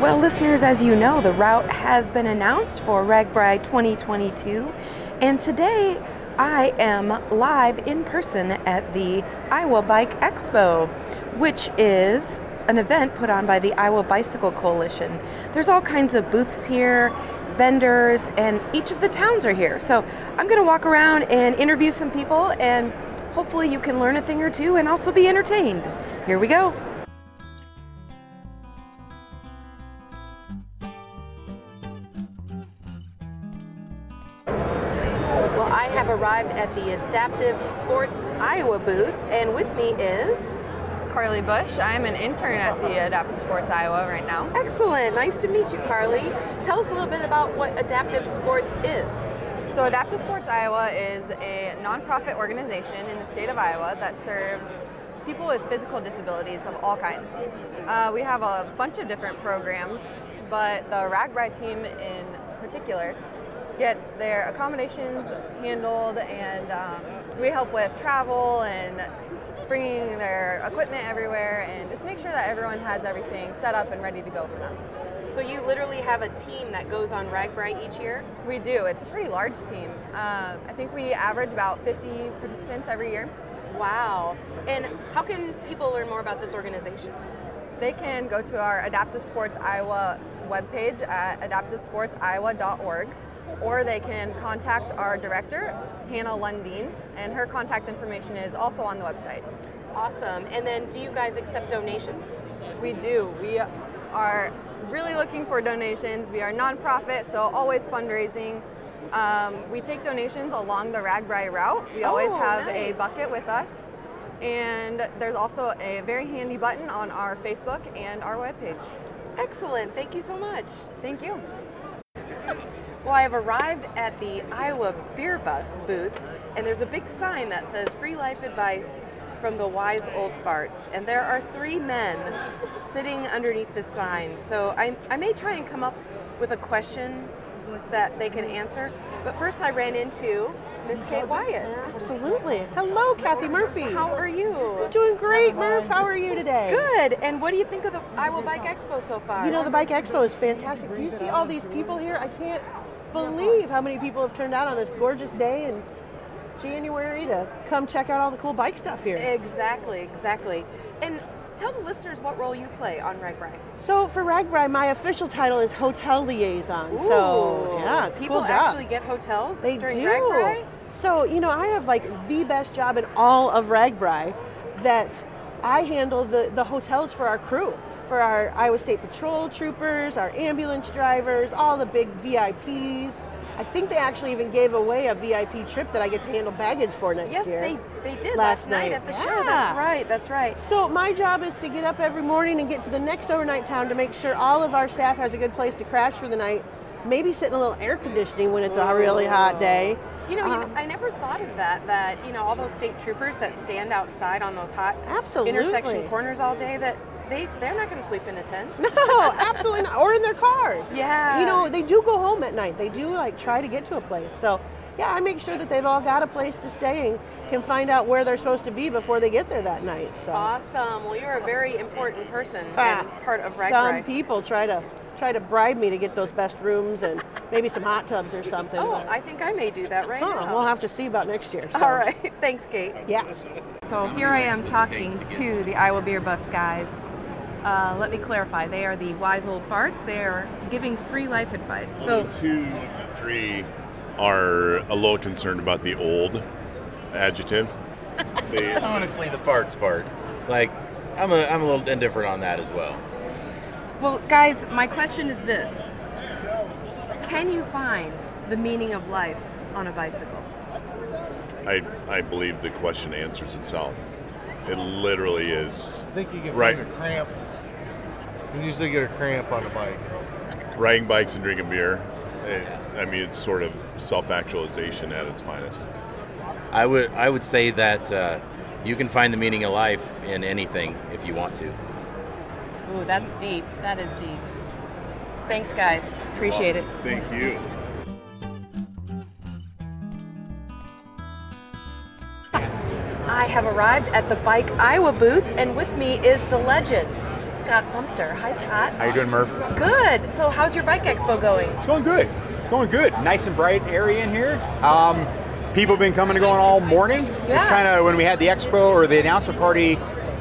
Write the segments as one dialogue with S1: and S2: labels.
S1: Well, listeners, as you know, the route has been announced for RagBri 2022, and today I am live in person at the Iowa Bike Expo, which is an event put on by the Iowa Bicycle Coalition. There's all kinds of booths here, vendors, and each of the towns are here. So I'm going to walk around and interview some people, and hopefully, you can learn a thing or two and also be entertained. Here we go. Well, I have arrived at the Adaptive Sports Iowa booth, and with me is.
S2: Carly Bush. I'm an intern at the Adaptive Sports Iowa right now.
S1: Excellent. Nice to meet you, Carly. Tell us a little bit about what Adaptive Sports is.
S2: So, Adaptive Sports Iowa is a nonprofit organization in the state of Iowa that serves people with physical disabilities of all kinds. Uh, we have a bunch of different programs, but the RAGBRAI team in particular gets their accommodations handled, and um, we help with travel and bringing their equipment everywhere and just make sure that everyone has everything set up and ready to go for them.
S1: So you literally have a team that goes on Ragbri each year?
S2: We do, it's a pretty large team. Um, I think we average about 50 participants every year.
S1: Wow. And how can people learn more about this organization?
S2: They can go to our Adaptive Sports Iowa webpage at adaptivesportsiowa.org or they can contact our director, Hannah Lundeen, and her contact information is also on the website.
S1: Awesome. And then do you guys accept donations?
S2: We do. We are really looking for donations. We are nonprofit, so always fundraising. Um, we take donations along the Ragbri route. We always
S1: Oh,
S2: have
S1: nice.
S2: a bucket with us. And there's also a very handy button on our Facebook and our webpage.
S1: Excellent. Thank you so much.
S2: Thank you.
S1: Well, I have arrived at the Iowa Beer Bus booth, and there's a big sign that says free life advice from the wise old farts. And there are three men sitting underneath the sign. So I, I may try and come up with a question that they can answer. But first, I ran into Miss Kate Wyatt.
S3: Absolutely. Hello, Kathy Murphy.
S1: How are you?
S3: I'm doing great, Murph. How are you today?
S1: Good. And what do you think of the Iowa Bike Expo so far?
S3: You know, the Bike Expo is fantastic. Do you see all these people here? I can't believe how many people have turned out on this gorgeous day in January to come check out all the cool bike stuff here.
S1: exactly, exactly. And tell the listeners what role you play on Rag Rag.
S3: So for Ragbri, my official title is hotel liaison. So
S1: Ooh.
S3: yeah, it's a
S1: people
S3: cool job.
S1: actually get hotels
S3: They
S1: during
S3: do.
S1: Drag Pride?
S3: So you know, I have like the best job in all of Ragbri, that I handle the the hotels for our crew, for our Iowa State Patrol troopers, our ambulance drivers, all the big VIPs. I think they actually even gave away a VIP trip that I get to handle baggage for next
S1: Yes,
S3: year.
S1: they they did last,
S3: Last
S1: night
S3: night.
S1: at the show. That's
S3: Yeah.
S1: right. That's right.
S3: So my job is to get up every morning and get to the next overnight town to make sure all of our staff has a good place to crash for the night. Maybe sit in a little air conditioning when it's a really hot day.
S1: You know, you-
S3: Um,
S1: I never thought of that. That you know, all those state troopers that stand outside on those hot
S3: Absolutely.
S1: intersection corners all day. That they they're not going to sleep in a tent.
S3: No, absolutely not. Or in their cars.
S1: Yeah.
S3: You know, they do go home at night. They do like try to get to a place. So, yeah, I make sure that they've all got a place to stay and can find out where they're supposed to be before they get there that night. So,
S1: Awesome. Well, you're a very important person
S3: Ah,
S1: and part of Rag
S3: some
S1: Rag.
S3: people try to try to bribe me to get those best rooms and maybe some hot tubs or something.
S1: Oh,
S3: but-
S1: I think I may do that right
S3: Huh,
S1: now.
S3: we'll have to see about next year. So.
S1: all right. Thanks, Kate.
S3: Yeah.
S1: So here I am talking to the Iowa Beer Bus guys. Uh, let me clarify. They are the wise old farts. They are giving free life advice. So
S4: Only two of the three are a little concerned about the old adjective. They-
S5: Honestly, the farts part. Like, I'm a, I'm a little indifferent on that as well.
S1: Well, guys, my question is this Can you find the meaning of life on a bicycle?
S4: I, I believe the question answers itself. It literally is.
S6: I think you can
S4: Right.
S6: find a cramp. You can usually get a cramp on a bike.
S4: Riding bikes and drinking beer. It- I mean, it's sort of self actualization at its finest.
S5: I would I would say that uh, you can find the meaning of life in anything if you want to.
S1: Ooh, that's deep. That is deep. Thanks, guys. Appreciate it.
S4: Thank you.
S1: I have arrived at the Bike Iowa booth, and with me is the legend, Scott Sumter. Hi, Scott.
S7: How you doing, Murph?
S1: Good. So, how's your bike expo going?
S7: It's going good. It's going good. Nice and bright area in here. Um, people have been coming and going all morning.
S1: Yeah.
S7: It's kind of when we had the expo or the announcement party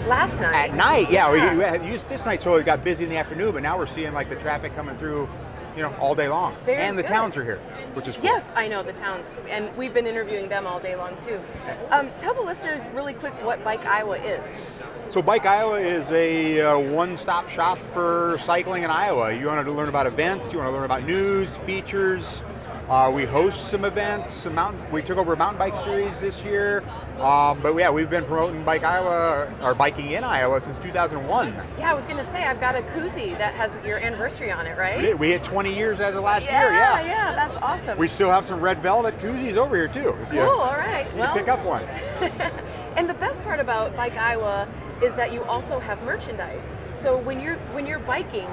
S1: Last night.
S7: at night. Yeah, we, we had used this night, so it got busy in the afternoon. But now we're seeing like the traffic coming through, you know, all day long.
S1: Very
S7: and the
S1: good.
S7: towns are here, which is cool.
S1: Yes, I know the towns, and we've been interviewing them all day long too. Um, tell the listeners really quick what Bike Iowa is.
S7: So Bike Iowa is a uh, one-stop shop for cycling in Iowa. You want to learn about events, you want to learn about news, features. Uh, we host some events. Some mountain, we took over a mountain bike series this year, um, but yeah, we've been promoting Bike Iowa or biking in Iowa since 2001.
S1: Yeah, I was gonna say I've got a koozie that has your anniversary on it, right?
S7: We, did- we hit 20 years as of last year.
S1: yeah,
S7: Yeah.
S1: yeah, that's awesome.
S7: We still have some red velvet koozies over here too. If you
S1: cool. All right.
S7: need to
S1: Well,
S7: pick up one.
S1: and the best part about Bike Iowa is that you also have merchandise. So when you're when you're biking,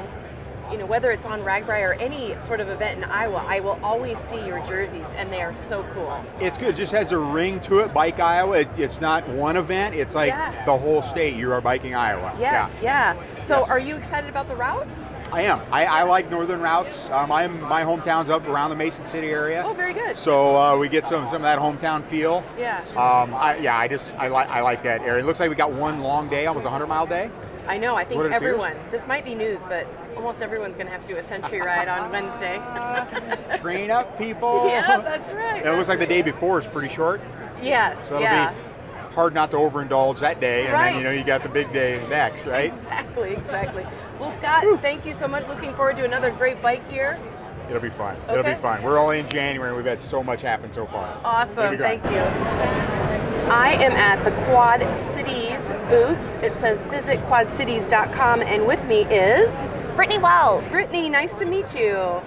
S1: you know whether it's on Ragbri or any sort of event in Iowa, I will always see your jerseys, and they are so cool.
S7: It's good. It just has a ring to it. Bike Iowa. It, it's not one event. It's like
S1: Yeah.
S7: the whole state. You are biking Iowa.
S1: Yes,
S7: Yeah.
S1: yeah. So
S7: Yes.
S1: are you excited about the route?
S7: I am. I, I like northern routes. Um, I'm my hometown's up around the Mason City area.
S1: Oh, very good.
S7: So uh, we get some some of that hometown feel.
S1: Yeah.
S7: Um, I, yeah. I just I like I like that area. It looks like we got one long day, almost a hundred mile day.
S1: I know. I think
S7: what it appears.
S1: everyone. This might be news, but almost everyone's going to have to do a century ride on Wednesday.
S7: Uh, train up, people.
S1: yeah, that's right.
S7: And Oh. it looks like the day before is pretty short,
S1: Yes.
S7: so it'll
S1: yeah.
S7: be hard not to overindulge that day, and
S1: Right.
S7: then you know you got the big day next, right?
S1: Exactly. Exactly. Well, Scott, thank you so much. Looking forward to another great bike year.
S7: It'll be fun. It'll
S1: Okay.
S7: be fun. We're only in January, and we've had so much happen so far. It'll be
S1: Awesome.
S7: great.
S1: Thank you. I am at the Quad Cities booth. It says visit quadcities.com, and with me is
S8: Brittany Wells.
S1: Brittany. Nice to meet you.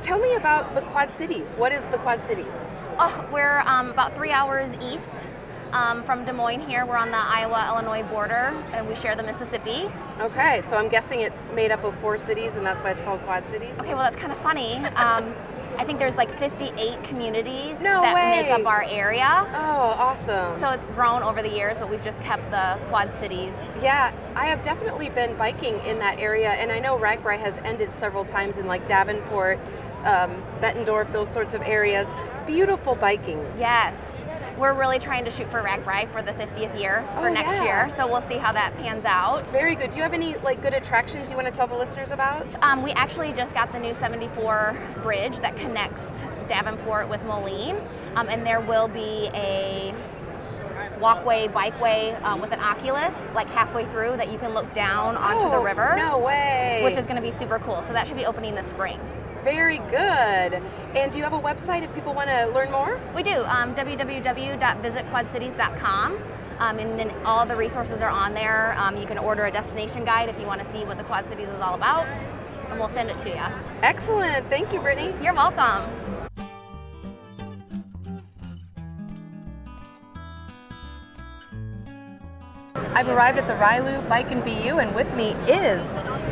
S1: Tell me about the Quad Cities. What is the Quad Cities?
S8: Oh, we're um, about three hours east um, from Des Moines here. We're on the Iowa Illinois border and we share the Mississippi.
S1: Okay, so I'm guessing it's made up of four cities, and that's why it's called Quad Cities.
S8: Okay, well, that's kind of funny. Um, I think there's like 58 communities
S1: No
S8: that
S1: way.
S8: make up our area.
S1: Oh, awesome.
S8: So it's grown over the years, but we've just kept the Quad Cities.
S1: yeah, I have definitely been biking in that area, and I know Ragbri has ended several times in like Davenport, um, Bettendorf, those sorts of areas. Beautiful biking.
S8: Yes. We're really trying to shoot for Ragbri for the 50th year for
S1: Oh,
S8: next
S1: yeah.
S8: year, so we'll see how that pans out.
S1: Very good. Do you have any like good attractions you want to tell the listeners about?
S8: Um, we actually just got the new 74 bridge that connects Davenport with Moline, um, and there will be a walkway, bikeway um, with an oculus like halfway through that you can look down onto the
S1: Oh,
S8: river,
S1: No way.
S8: which is going to be super cool. So that should be opening this spring.
S1: very good. And do you have a website if people want to learn more?
S8: We do um, www.visitquadcities.com. Um, and then all the resources are on there. Um, you can order a destination guide if you want to see what the Quad Cities is all about, and we'll send it to you.
S1: Excellent. Thank you, Brittany.
S8: You're welcome.
S1: I've arrived at the Ryloo Bike and BU, and with me is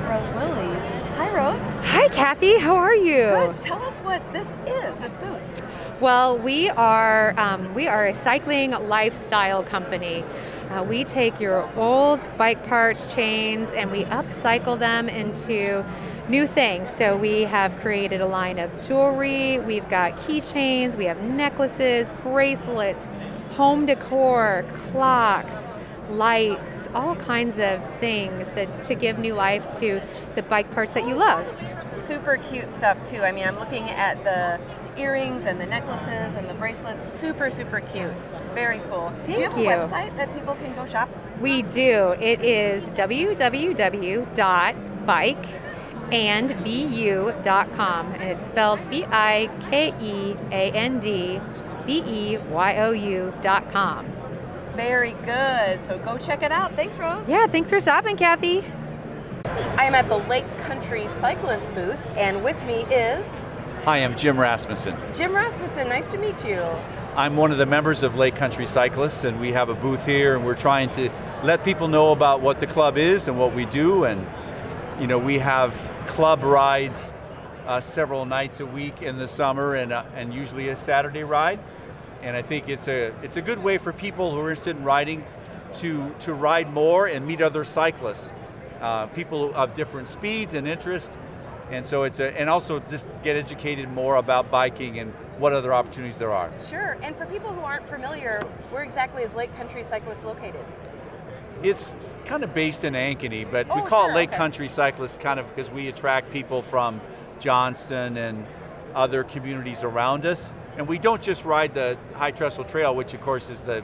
S1: Rose Willie. Hi, Rose.
S9: Hi, Kathy. How are you?
S1: Good. Tell us what this is, this booth.
S9: Well, we are um, we are a cycling lifestyle company. Uh, we take your old bike parts, chains, and we upcycle them into new things. So we have created a line of jewelry. We've got keychains. We have necklaces, bracelets, home decor, clocks. Lights, all kinds of things that to give new life to the bike parts that you love.
S1: Super cute stuff, too. I mean, I'm looking at the earrings and the necklaces and the bracelets. Super, super cute. Very cool. Do you
S9: Thank
S1: have
S9: you.
S1: a website that people can go shop?
S9: We do. It is www.bikeandbu.com and it's spelled B I K E A N D B E Y O U.com.
S1: Very good. So go check it out. Thanks, Rose.
S9: Yeah, thanks for stopping, Kathy.
S1: I am at the Lake Country Cyclist booth, and with me is
S10: Hi, I'm Jim Rasmussen.
S1: Jim Rasmussen. Nice to meet you.
S10: I'm one of the members of Lake Country Cyclists, and we have a booth here, and we're trying to let people know about what the club is and what we do. And, you know, we have club rides uh, several nights a week in the summer, and, uh, and usually a Saturday ride. And I think it's a, it's a good way for people who are interested in riding to, to ride more and meet other cyclists. uh, people of different speeds and interests. And so it's a, and also just get educated more about biking and what other opportunities there are.
S1: Sure. And for people who aren't familiar, where exactly is Lake Country Cyclists located?
S10: It's kind of based in Ankeny, but we
S1: Oh,
S10: call
S1: sure,
S10: it Lake
S1: okay.
S10: Country Cyclists kind of because we attract people from Johnston and other communities around us. And we don't just ride the High Trestle Trail, which of course is the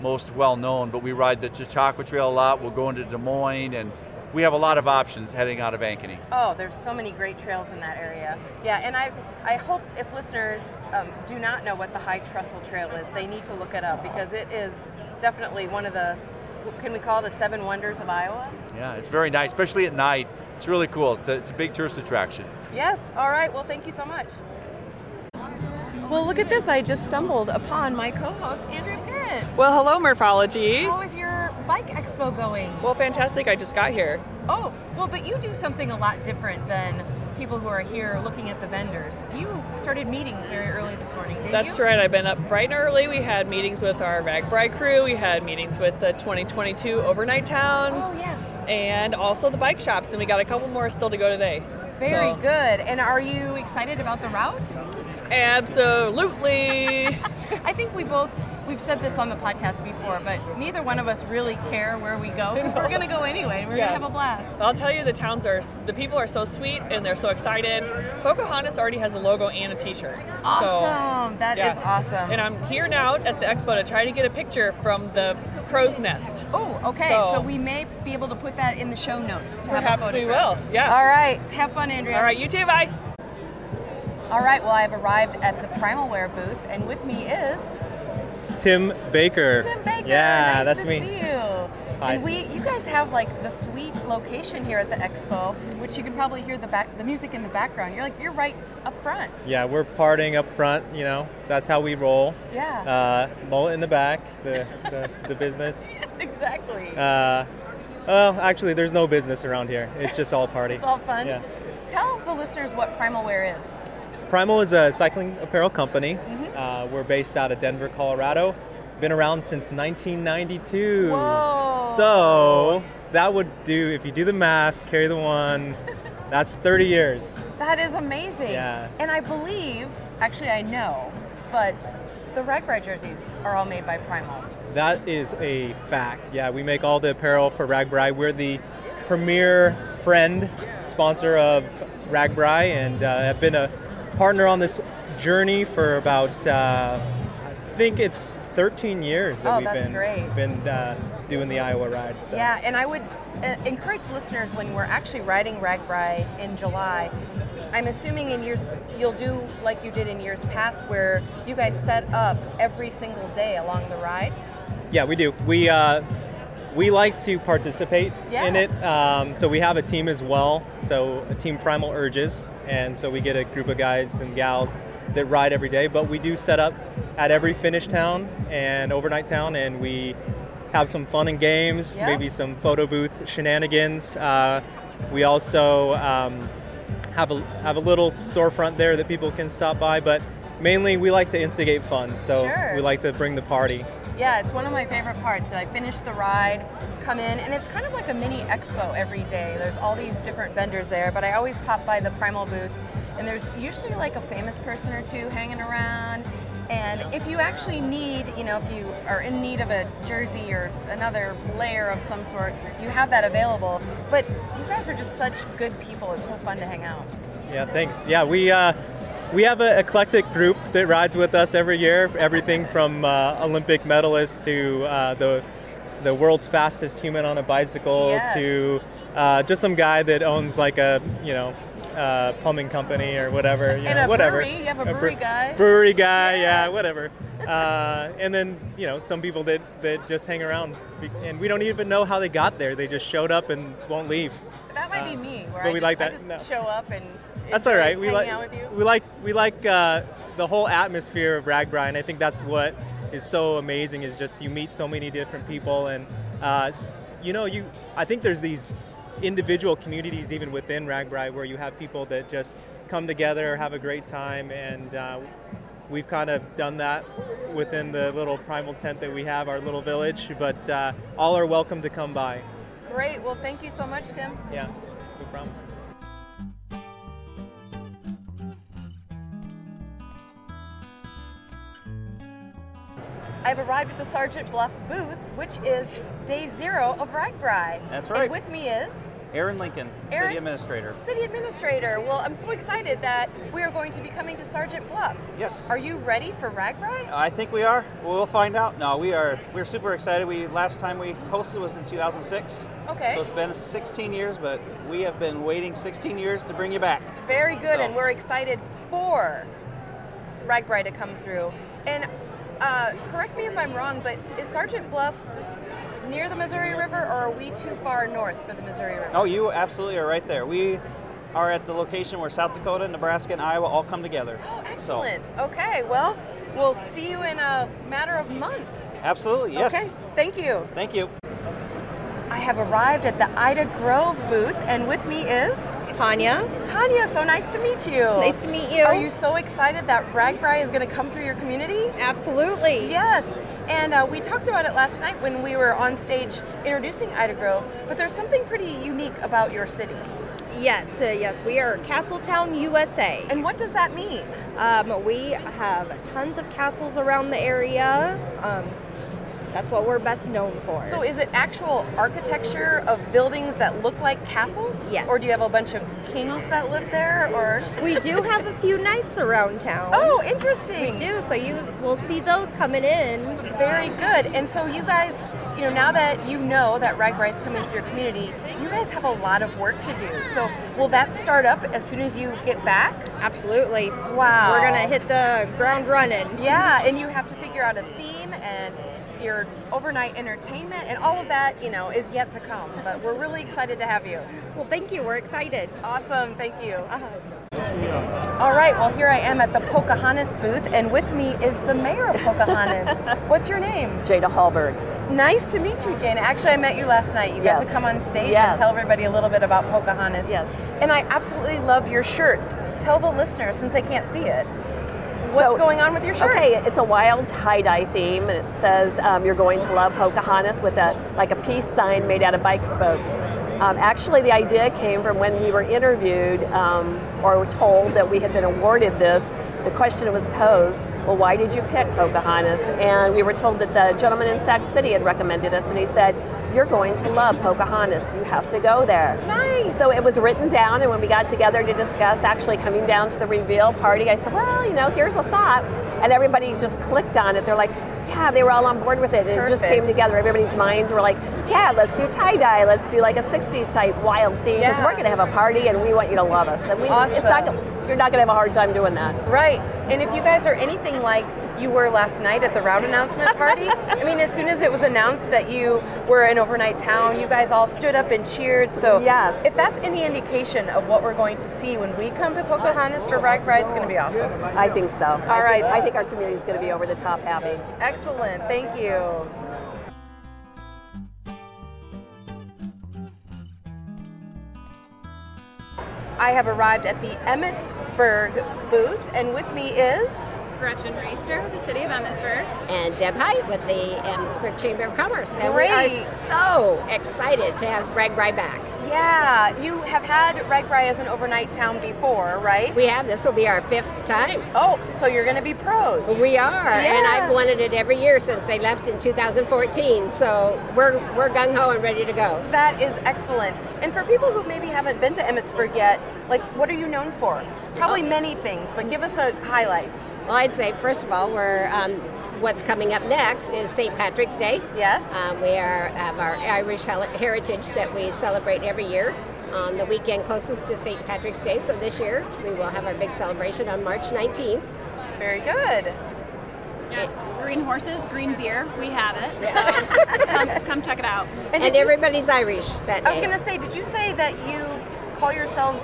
S10: most well known, but we ride the Chautauqua Trail a lot. We'll go into Des Moines, and we have a lot of options heading out of Ankeny.
S1: Oh, there's so many great trails in that area. Yeah, and I, I hope if listeners um, do not know what the High Trestle Trail is, they need to look it up because it is definitely one of the, can we call it the seven wonders of Iowa?
S10: Yeah, it's very nice, especially at night. It's really cool. It's a, it's a big tourist attraction.
S1: Yes, all right, well, thank you so much. Well, look at this, I just stumbled upon my co host, Andrew Pitt.
S11: Well, hello, Morphology.
S1: How is your bike expo going?
S11: Well, fantastic. I just got here.
S1: Oh, well, but you do something a lot different than people who are here looking at the vendors. You started meetings very early this morning, didn't you?
S11: That's right. I've been up bright and early. We had meetings with our Ragbri crew. We had meetings with the 2022 overnight towns.
S1: Oh, yes.
S11: And also the bike shops. And we got a couple more still to go today.
S1: Very
S11: So-
S1: good. And are you excited about the route?
S11: Absolutely.
S1: I think we both we've said this on the podcast before, but neither one of us really care where we go. 'cause We're gonna go anyway. and We're
S11: Yeah.
S1: gonna have a blast.
S11: I'll tell you, the towns are, the people are so sweet and they're so excited. Pocahontas already has a logo and a t shirt.
S1: Awesome. That is awesome.
S11: And I'm here now at the expo to try to get a picture from the crow's nest.
S1: Oh, Okay, so, we may be able to put that in the show notes. To
S11: Perhaps
S1: have a
S11: we
S1: photograph.
S11: will, yeah.
S1: All right. Have fun, Andrea.
S11: All right, you too. Bye.
S1: All right. Well, I've arrived at the Primalware booth, and with me is
S12: Tim Baker.
S1: Tim Baker.
S12: Yeah,
S1: nice
S12: that's
S1: to
S12: me.
S1: See you.
S12: Hi.
S1: And we, you guys have like the sweet location here at the expo, which you can probably hear the back, the music in the background. You're like you're right up front.
S12: Yeah, we're partying up front. You know, that's how we roll.
S1: Yeah.
S12: Uh, mullet in the back, the the, the business.
S1: exactly.
S12: Uh, well, actually, there's no business around here. It's just all party.
S1: It's all fun.
S12: Yeah.
S1: Tell the listeners what Primalware is.
S12: Primal is a cycling apparel company.
S1: Mhm.
S12: Uh, we're based out of Denver, Colorado. Been around since 1992.
S1: Whoa.
S12: So that would do if you do the math, carry the one. That's 30 years.
S1: That is amazing.
S12: Yeah.
S1: And I believe, actually, I know, but the Ragbri jerseys are all made by Primal.
S12: That is a fact. Yeah, we make all the apparel for Ragbri. We're the premier friend sponsor of Ragbri and uh, have been a partner on this journey for about, uh, I think it's 13 years that
S1: Oh,
S12: we've
S1: that's
S12: been,
S1: great.
S12: been uh, doing the Iowa ride. So.
S1: Yeah, and I would uh, encourage listeners when we're actually riding Ragbri in July. I'm assuming in years you'll do like you did in years past, where you guys set up every single day along the ride.
S12: Yeah, we do. We uh, we like to participate
S1: Yeah.
S12: in it. Um, so we have a team as well. So a team Primal Urges, and so we get a group of guys and gals that ride every day. But we do set up at every finish town and overnight town, and we have some fun and games,
S13: Yeah.
S12: maybe some photo booth shenanigans. Uh, we also um, have a have a little storefront there that people can stop by, but. Mainly, we like to instigate fun, so
S1: Sure.
S12: we like to bring the party.
S1: Yeah, it's one of my favorite parts. That I finish the ride, come in, and it's kind of like a mini expo every day. There's all these different vendors there, but I always pop by the Primal booth, and there's usually like a famous person or two hanging around. And if you actually need, you know, if you are in need of a jersey or another layer of some sort, you have that available. But you guys are just such good people. It's so fun to hang out.
S12: Yeah, thanks. Yeah, we uh, we have an eclectic group that rides with us every year. Everything from uh, Olympic medalists to uh, the the world's fastest human on a bicycle
S13: Yes.
S12: to uh, just some guy that owns like a you know uh, plumbing company or whatever. You
S1: And
S12: know,
S1: a
S12: whatever.
S1: brewery. You have a
S12: bre-
S1: brewery guy.
S12: Brewery guy. Yeah, whatever. uh, and then you know some people that that just hang around, be- and we don't even know how they got there. They just showed up and won't leave.
S1: That might be me, where I
S12: but we
S1: just,
S12: like
S1: I
S12: that.
S1: just
S12: No.
S1: show up and
S12: That's
S1: enjoy
S12: all right. We
S1: hanging
S12: like
S1: out with you.
S12: we like we like uh, the whole atmosphere of Ragbri, and I think that's what is so amazing is just you meet so many different people, and uh, s- you know you. I think there's these individual communities even within Ragbri where you have people that just come together, have a great time, and uh, we've kind of done that within the little primal tent that we have, our little village. But uh, all are welcome to come by.
S1: Great. Well, thank you so much, Tim.
S12: Yeah, no problem.
S1: I've arrived at the Sergeant Bluff booth, which is day zero of Ragbri.
S13: That's right.
S1: And with me is
S13: Aaron Lincoln,
S1: Aaron-
S13: City Administrator.
S1: City Administrator. Well, I'm so excited that we are going to be coming to Sergeant Bluff.
S13: Yes.
S1: Are you ready for Ragbri?
S13: I think we are. We'll find out. No, we are. We're super excited. We last time we hosted was in 2006.
S1: Okay.
S13: So it's been 16 years, but we have been waiting 16 years to bring you back.
S1: Very good,
S13: So-
S1: and we're excited for Ragbri to come through. And uh, correct me if I'm wrong, but is Sergeant Bluff near the Missouri River, or are we too far north for the Missouri River?
S13: Oh, you absolutely are right there. We are at the location where South Dakota, Nebraska, and Iowa all come together. Oh,
S1: Excellent. Okay. Well, we'll see you in a matter of months.
S13: So, absolutely. Yes.
S1: Okay. Thank you.
S13: Thank you.
S1: I have arrived at the Ida Grove booth, and with me is
S14: Tanya.
S1: Tanya, so nice to meet you.
S14: Nice to meet you.
S1: Are you so excited that Ragbri is going to come through your community?
S14: Absolutely.
S1: Yes. And uh, we talked about it last night when we were on stage introducing Ida Grove, but there's something pretty unique about your city.
S14: Yes, uh, yes, we are Castletown, USA.
S1: And what does that mean?
S14: Um, we have tons of castles around the area. Um, that's what we're best known for.
S1: So, is it actual architecture of buildings that look like castles?
S14: Yes.
S1: Or do you have a bunch of kings that live there? Or
S14: we do have a few knights around town.
S1: Oh, interesting.
S14: We do. So you will see those coming in.
S1: Very good. And so you guys, you know, now that you know that Ragbri is coming to your community, you guys have a lot of work to do. So will that start up as soon as you get back?
S14: Absolutely.
S1: Wow.
S14: We're gonna hit the ground running.
S1: Yeah, and you have to figure out a theme and your overnight entertainment and all of that, you know, is yet to come. But we're really excited to have you.
S14: Well, thank you. We're excited. Uh-huh.
S1: Awesome. Thank you. All right. Well, here I am at the Pocahontas booth, and with me is the mayor of Pocahontas. What's your name?
S15: Jada Hallberg.
S1: Nice to meet you, Jane. Actually, I met you last night. You got
S15: Yes.
S1: to come on stage and
S15: Yes.
S1: tell everybody a little bit about Pocahontas. Yes. And I absolutely love your shirt. Tell the listeners, since they can't see it, what's
S15: So-
S1: going on with your shirt?
S15: Okay, it's a wild tie-dye theme, and it says um, you're going to love Pocahontas with a like a peace sign made out of bike spokes. Um, actually, the idea came from when we were interviewed um, or were told that we had been awarded this. The question was posed, well, why did you pick Pocahontas? And we were told that the gentleman in Sac City had recommended us, and he said, you're going to love Pocahontas. You have to go there.
S1: Nice.
S15: So it was written down, and when we got together to discuss actually coming down to the reveal party, I said, well, you know, here's a thought. And everybody just clicked on it. They're like, yeah, they were all on board with it. And it just
S1: Perfect.
S15: came together. Everybody's minds were like, yeah, let's do tie dye. Let's do like a 60s type wild theme because
S1: Yeah.
S15: we're going to have a party and we want you to love us. And we, it's not,
S1: Awesome.
S15: gonna- you're not going to have a hard time doing that.
S1: Right. And if you guys are anything like you were last night at the route announcement party, I mean, as soon as it was announced that you were in overnight town, you guys all stood up and cheered. So, yes. if that's any indication of what we're going to see when we come to Pocahontas for Rag Bride, it's going to be awesome.
S15: I think so.
S1: All
S15: All
S1: right.
S15: right, I think our community is going to be over the top happy.
S1: Excellent. Thank you. I have arrived at the Emmitsburg booth, and with me is
S16: Gretchen Reister with the City of Emmitsburg.
S17: and Deb Height with the Emmitsburg Chamber of Commerce. And we are
S1: Great.
S17: so excited to have Greg Bry back.
S1: Yeah, you have had Ragbri as an overnight town before, right?
S17: We have. This will be our fifth time.
S1: Oh, so you're going to be pros.
S17: We are, and
S1: Yeah.
S17: I've wanted it every year since they left in 2014. So we're we're gung ho and ready to go.
S1: That is excellent. And for people who maybe haven't been to Emmitsburg yet, like what are you known for? Probably many things, but give us a highlight.
S17: Uh, Well, I'd say first of all, we're um, what's coming up next is St. Patrick's Day.
S1: Yes.
S17: Um, we are have our Irish hel- heritage that we celebrate every year on the weekend closest to St. Patrick's Day. So this year we will have our big celebration on March 19th.
S1: Very good.
S16: Yes, green horses, green beer. We have it. So come, come check it out.
S17: And, everybody's Irish that
S1: I was
S17: day.
S1: going to say, did you say that you call yourselves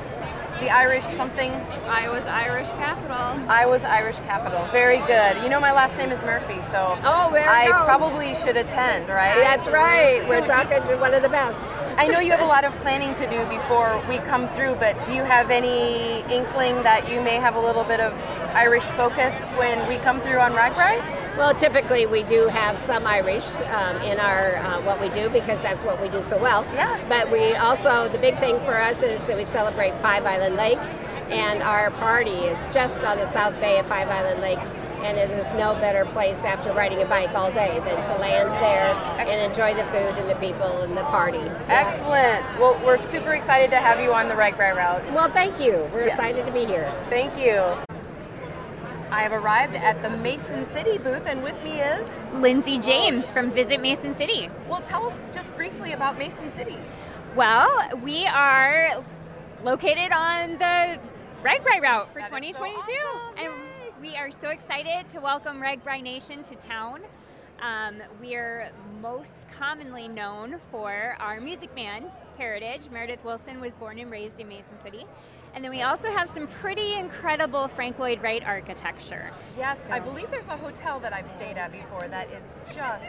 S1: the Irish something?
S16: Iowa's Irish capital.
S1: Iowa's Irish capital. Very good. You know, my last name is Murphy, so
S17: Oh, there
S1: I
S17: you go.
S1: probably should attend, right?
S17: That's right.
S1: So
S17: We're
S1: do-
S17: talking to one of the best.
S1: I know you have a lot of planning to do before we come through, but do you have any inkling that you may have a little bit of Irish focus when we come through on Ragbri?
S17: Well, typically we do have some Irish um, in our uh, what we do because that's what we do so well. Yeah. But we also the big thing for us is that we celebrate Five Island Lake, and our party is just on the south bay of Five Island Lake. And there's no better place after riding a bike all day than to land there and enjoy the food and the people and the party.
S1: Excellent. Well, we're super excited to have you on the Ragbrai route.
S17: Well, thank you. We're excited to be here.
S1: Thank you. I have arrived at the Mason City booth, and with me is
S18: Lindsay James from Visit Mason City.
S1: Well, tell us just briefly about Mason City.
S18: Well, we are located on the Ragbri route for 2022, and we are so excited to welcome Ragbri Nation to town. Um, we're most commonly known for our music band heritage. Meredith Wilson was born and raised in Mason City. And then we also have some pretty incredible Frank Lloyd Wright architecture.
S1: Yes, I believe there's a hotel that I've stayed at before that is just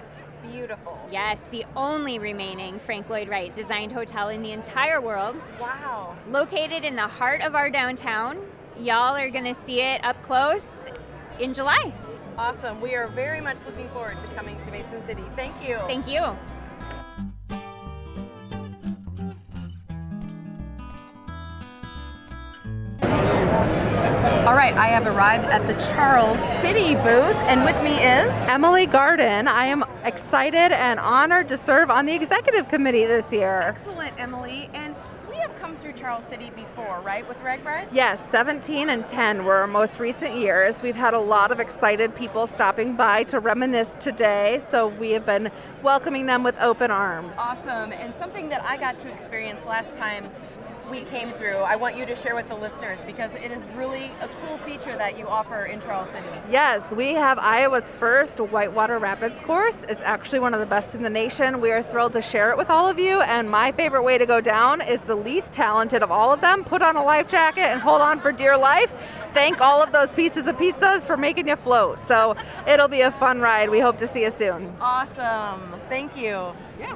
S1: beautiful.
S18: Yes, the only remaining Frank Lloyd Wright designed hotel in the entire world.
S1: Wow.
S18: Located in the heart of our downtown. Y'all are going to see it up close in July.
S1: Awesome. We are very much looking forward to coming to Mason City. Thank you.
S18: Thank you.
S1: All right, I have arrived at the Charles City booth, and with me is
S19: Emily Garden. I am excited and honored to serve on the executive committee this year.
S1: excellent Emily. And we have come through Charles City before, right, with Ragbri?
S19: Yes, 17 and 10 were our most recent years. We've had a lot of excited people stopping by to reminisce today, so we have been welcoming them with open arms.
S1: Awesome. And something that I got to experience last time we came through, I want you to share with the listeners because it is really a cool feature that you offer in Charles City.
S19: Yes, we have Iowa's first whitewater rapids course. It's actually one of the best in the nation. We are thrilled to share it with all of you. And my favorite way to go down is the least talented of all of them. Put on a life jacket and hold on for dear life. Thank all of those pieces of pizzas for making you float. So it'll be a fun ride. We hope to see you soon.
S1: Awesome. Thank you. Yeah.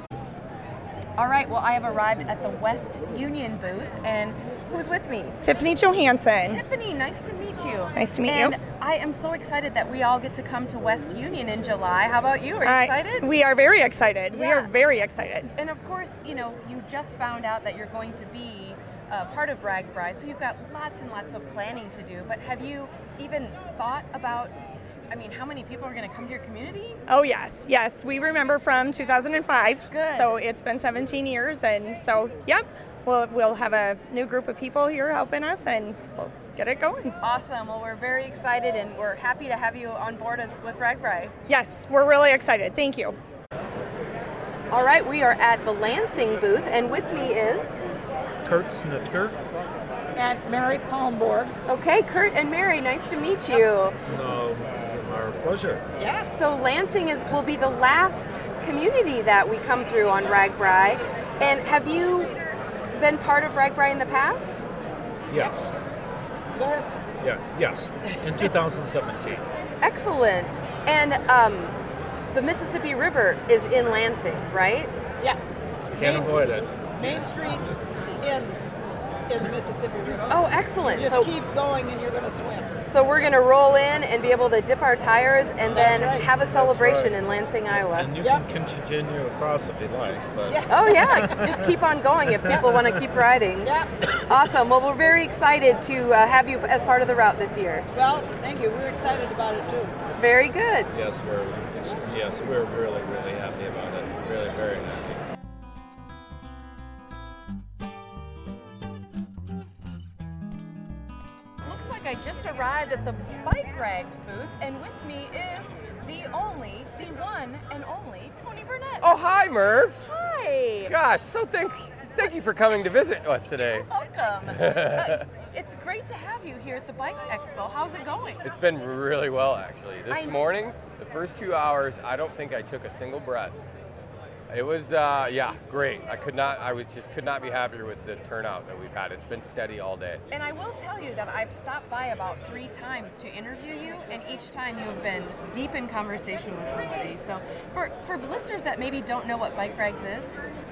S1: All right, well, I have arrived at the West Union booth, and who's with me?
S20: Tiffany Johansson.
S1: Tiffany, nice to meet you.
S20: Nice to meet
S1: and
S20: you.
S1: I am so excited that we all get to come to West Union in July. How about you? Are you
S20: I-
S1: excited?
S20: we are very excited. We
S1: Yeah.
S20: are very excited.
S1: And of course, you know, you just found out that you're going to be uh, part of Ragbri, so you've got lots and lots of planning to do. But have you even thought about? I mean, how many people are going to come to your community?
S20: Oh yes, yes. We remember from 2005.
S1: Good.
S20: So it's been 17 years, and so yep, we'll we'll have a new group of people here helping us, and we'll get it going.
S1: Awesome. Well, we're very excited, and we're happy to have you on board as, with Ragbri.
S20: Yes, we're really excited. Thank you.
S1: All right, we are at the Lansing booth, and with me is
S21: Kurt Snitker.
S1: and Mary Palmborg. Okay, Kurt and Mary, nice to meet you.
S21: No, it's our pleasure.
S1: Yes. So Lansing is will be the last community that we come through on Ragbri. And have you been part of Ragbri in the past?
S21: Yes. Yeah. Yes. In 2017.
S1: Excellent. And um, the Mississippi River is in Lansing, right?
S22: Yeah.
S21: Can't avoid it.
S22: Main Street ends in the Mississippi River.
S1: Oh, excellent.
S22: You just
S1: So-
S22: keep going and you're going to swim.
S1: So we're gonna roll in and be able to dip our tires and
S21: That's
S1: then
S21: right.
S1: have a
S21: That's
S1: celebration
S21: right.
S1: in Lansing, Iowa.
S21: And you can continue across if you like. But
S1: Oh yeah, just keep on going if people want to keep riding. Yep. Awesome. Well, we're very excited to uh, have you as part of the route this year.
S22: Well, thank you. We're excited about it too.
S1: Very good.
S21: Yes, we're ex- yes, we're really really happy about it. Really very happy.
S1: Looks like I just arrived at the Bike Rags booth, and with me is the only, the one and only Tony Burnett.
S23: Oh, hi, Merv.
S1: Hi.
S23: Gosh, so thank, thank you for coming to visit us today.
S1: Welcome. Uh, it's great to have you here at the Bike Expo. How's it going?
S23: It's been really well, actually.
S1: I-
S23: This morning, the first two hours, I don't think I took a single breath. It was, uh, yeah, great. I could not, I was just could not be happier with the turnout that we've had. It's been steady all day.
S1: And I will tell you that I've stopped by about three times to interview you, and each time you have been deep in conversation with somebody. So, for, for listeners that maybe don't know what Bike Rags is,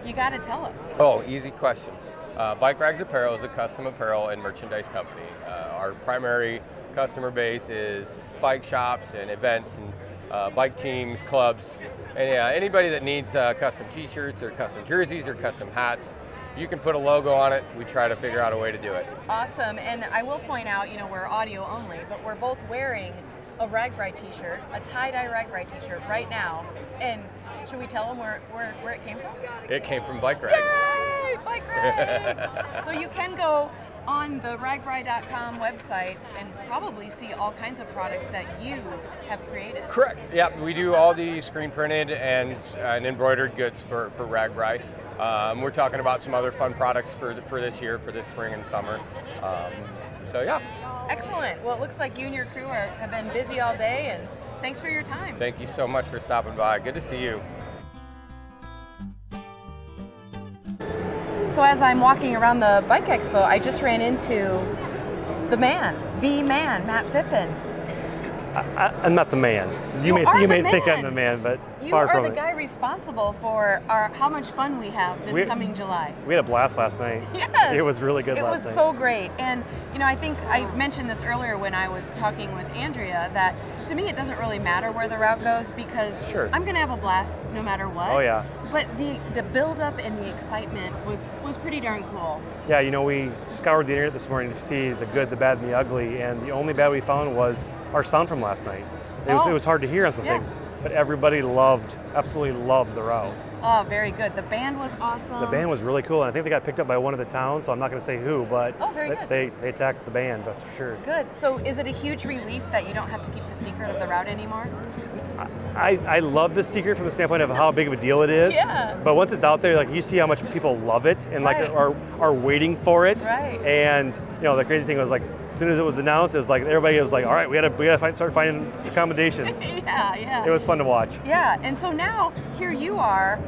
S1: you got to tell us.
S23: Oh, easy question. Uh, Bike Rags Apparel is a custom apparel and merchandise company. Uh, our primary customer base is bike shops and events and uh, bike teams, clubs, and yeah, anybody that needs uh, custom T-shirts or custom jerseys or custom hats, you can put a logo on it. We try to figure out a way to do it.
S1: Awesome. And I will point out, you know, we're audio only, but we're both wearing a Ragbri t-shirt, a tie-dye Ragbri t-shirt right now. And should we tell them where, where, where it came from?
S23: It came from bike rides.
S1: Yay, bike rides! so you can go on the ragbri.com website and probably see all kinds of products that you have created.
S23: Correct. Yeah, we do all the screen printed and, uh, and embroidered goods for, for Ragbri. Um, we're talking about some other fun products for, th- for this year, for this spring and summer. Um, so, yeah,
S1: Excellent. Well, it looks like you and your crew are, have been busy all day, and thanks for your time.
S23: thank you so much for stopping by. Good to see you.
S1: So as I'm walking around the bike expo, I just ran into the man, the man, Matt Fippen.
S24: I, I'm not the man. You, may
S1: are
S24: you
S1: the
S24: may think I'm the man, but
S1: You
S24: far
S1: are
S24: from
S1: the
S24: it.
S1: guy responsible for our how much fun we have this
S24: We-
S1: coming July.
S24: We had a blast last night.
S1: Yes.
S24: It was really good
S1: It
S24: last
S1: was
S24: night.
S1: so great. And you know, I think I mentioned this earlier when I was talking with Andrea that to me it doesn't really matter where the route goes because I'm gonna have a blast no matter what.
S24: Oh, yeah.
S1: But the the build up and the excitement was was pretty darn cool.
S24: Yeah, you know, we scoured the internet this morning to see the good, the bad, and the ugly, and the only bad we found was our sound from last night. It was,
S1: Oh.
S24: it was hard to hear on some
S1: Yeah.
S24: things, but everybody loved, absolutely loved the route.
S1: Oh, very good. The band was awesome.
S24: The band was really cool, and I think they got picked up by one of the towns, so I'm not going to say who, but
S1: Oh, very
S24: th-
S1: good.
S24: they, they attacked the band, that's for sure.
S1: good. So is it a huge relief that you don't have to keep the secret of the route anymore?
S24: I, I love the secret from the standpoint of how big of a deal it is.
S1: Yeah.
S24: But once it's out there, like you see how much people love it and like
S1: Right.
S24: are are waiting for it.
S1: Right.
S24: And you know the crazy thing was like as soon as it was announced, it was like everybody was like, all right, we gotta we gotta find, start finding accommodations.
S1: yeah, yeah.
S24: It was fun to watch.
S1: Yeah, and so now here you are,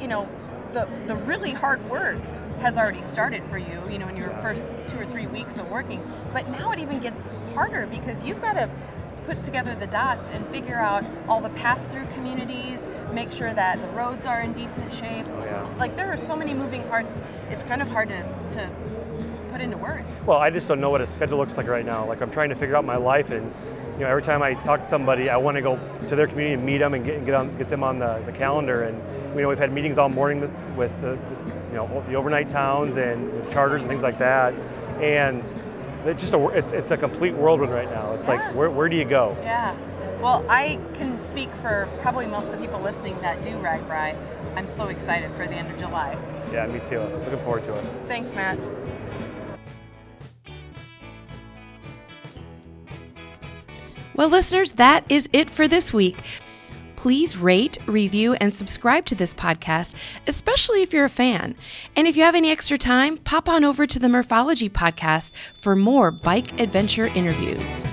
S1: you know, the the really hard work has already started for you, you know, in your first two or three weeks of working. But now it even gets harder because you've got to put together the dots and figure out all the pass-through communities, make sure that the roads are in decent shape.
S24: yeah.
S1: Like there are so many moving parts, it's kind of hard to, to put into words.
S24: Well, I just don't know what a schedule looks like right now. Like I'm trying to figure out my life, and you know, every time I talk to somebody, I want to go to their community and meet them and get and get, on, get them on the, the calendar. And you know, we've had meetings all morning with, with the, the you know the overnight towns and the charters and things like that. And it's just a wor- it's, it's a complete whirlwind right now. It's
S1: Yeah.
S24: like where, where do you go?
S1: Yeah. Well, I can speak for probably most of the people listening that do Ragbri. I'm so excited for the end of July.
S24: Yeah, me too. Looking forward to it.
S1: Thanks, Matt.
S25: Well, listeners, that is it for this week. Please rate, review, and subscribe to this podcast, especially if you're a fan. And if you have any extra time, pop on over to the Morphology Podcast for more bike adventure interviews.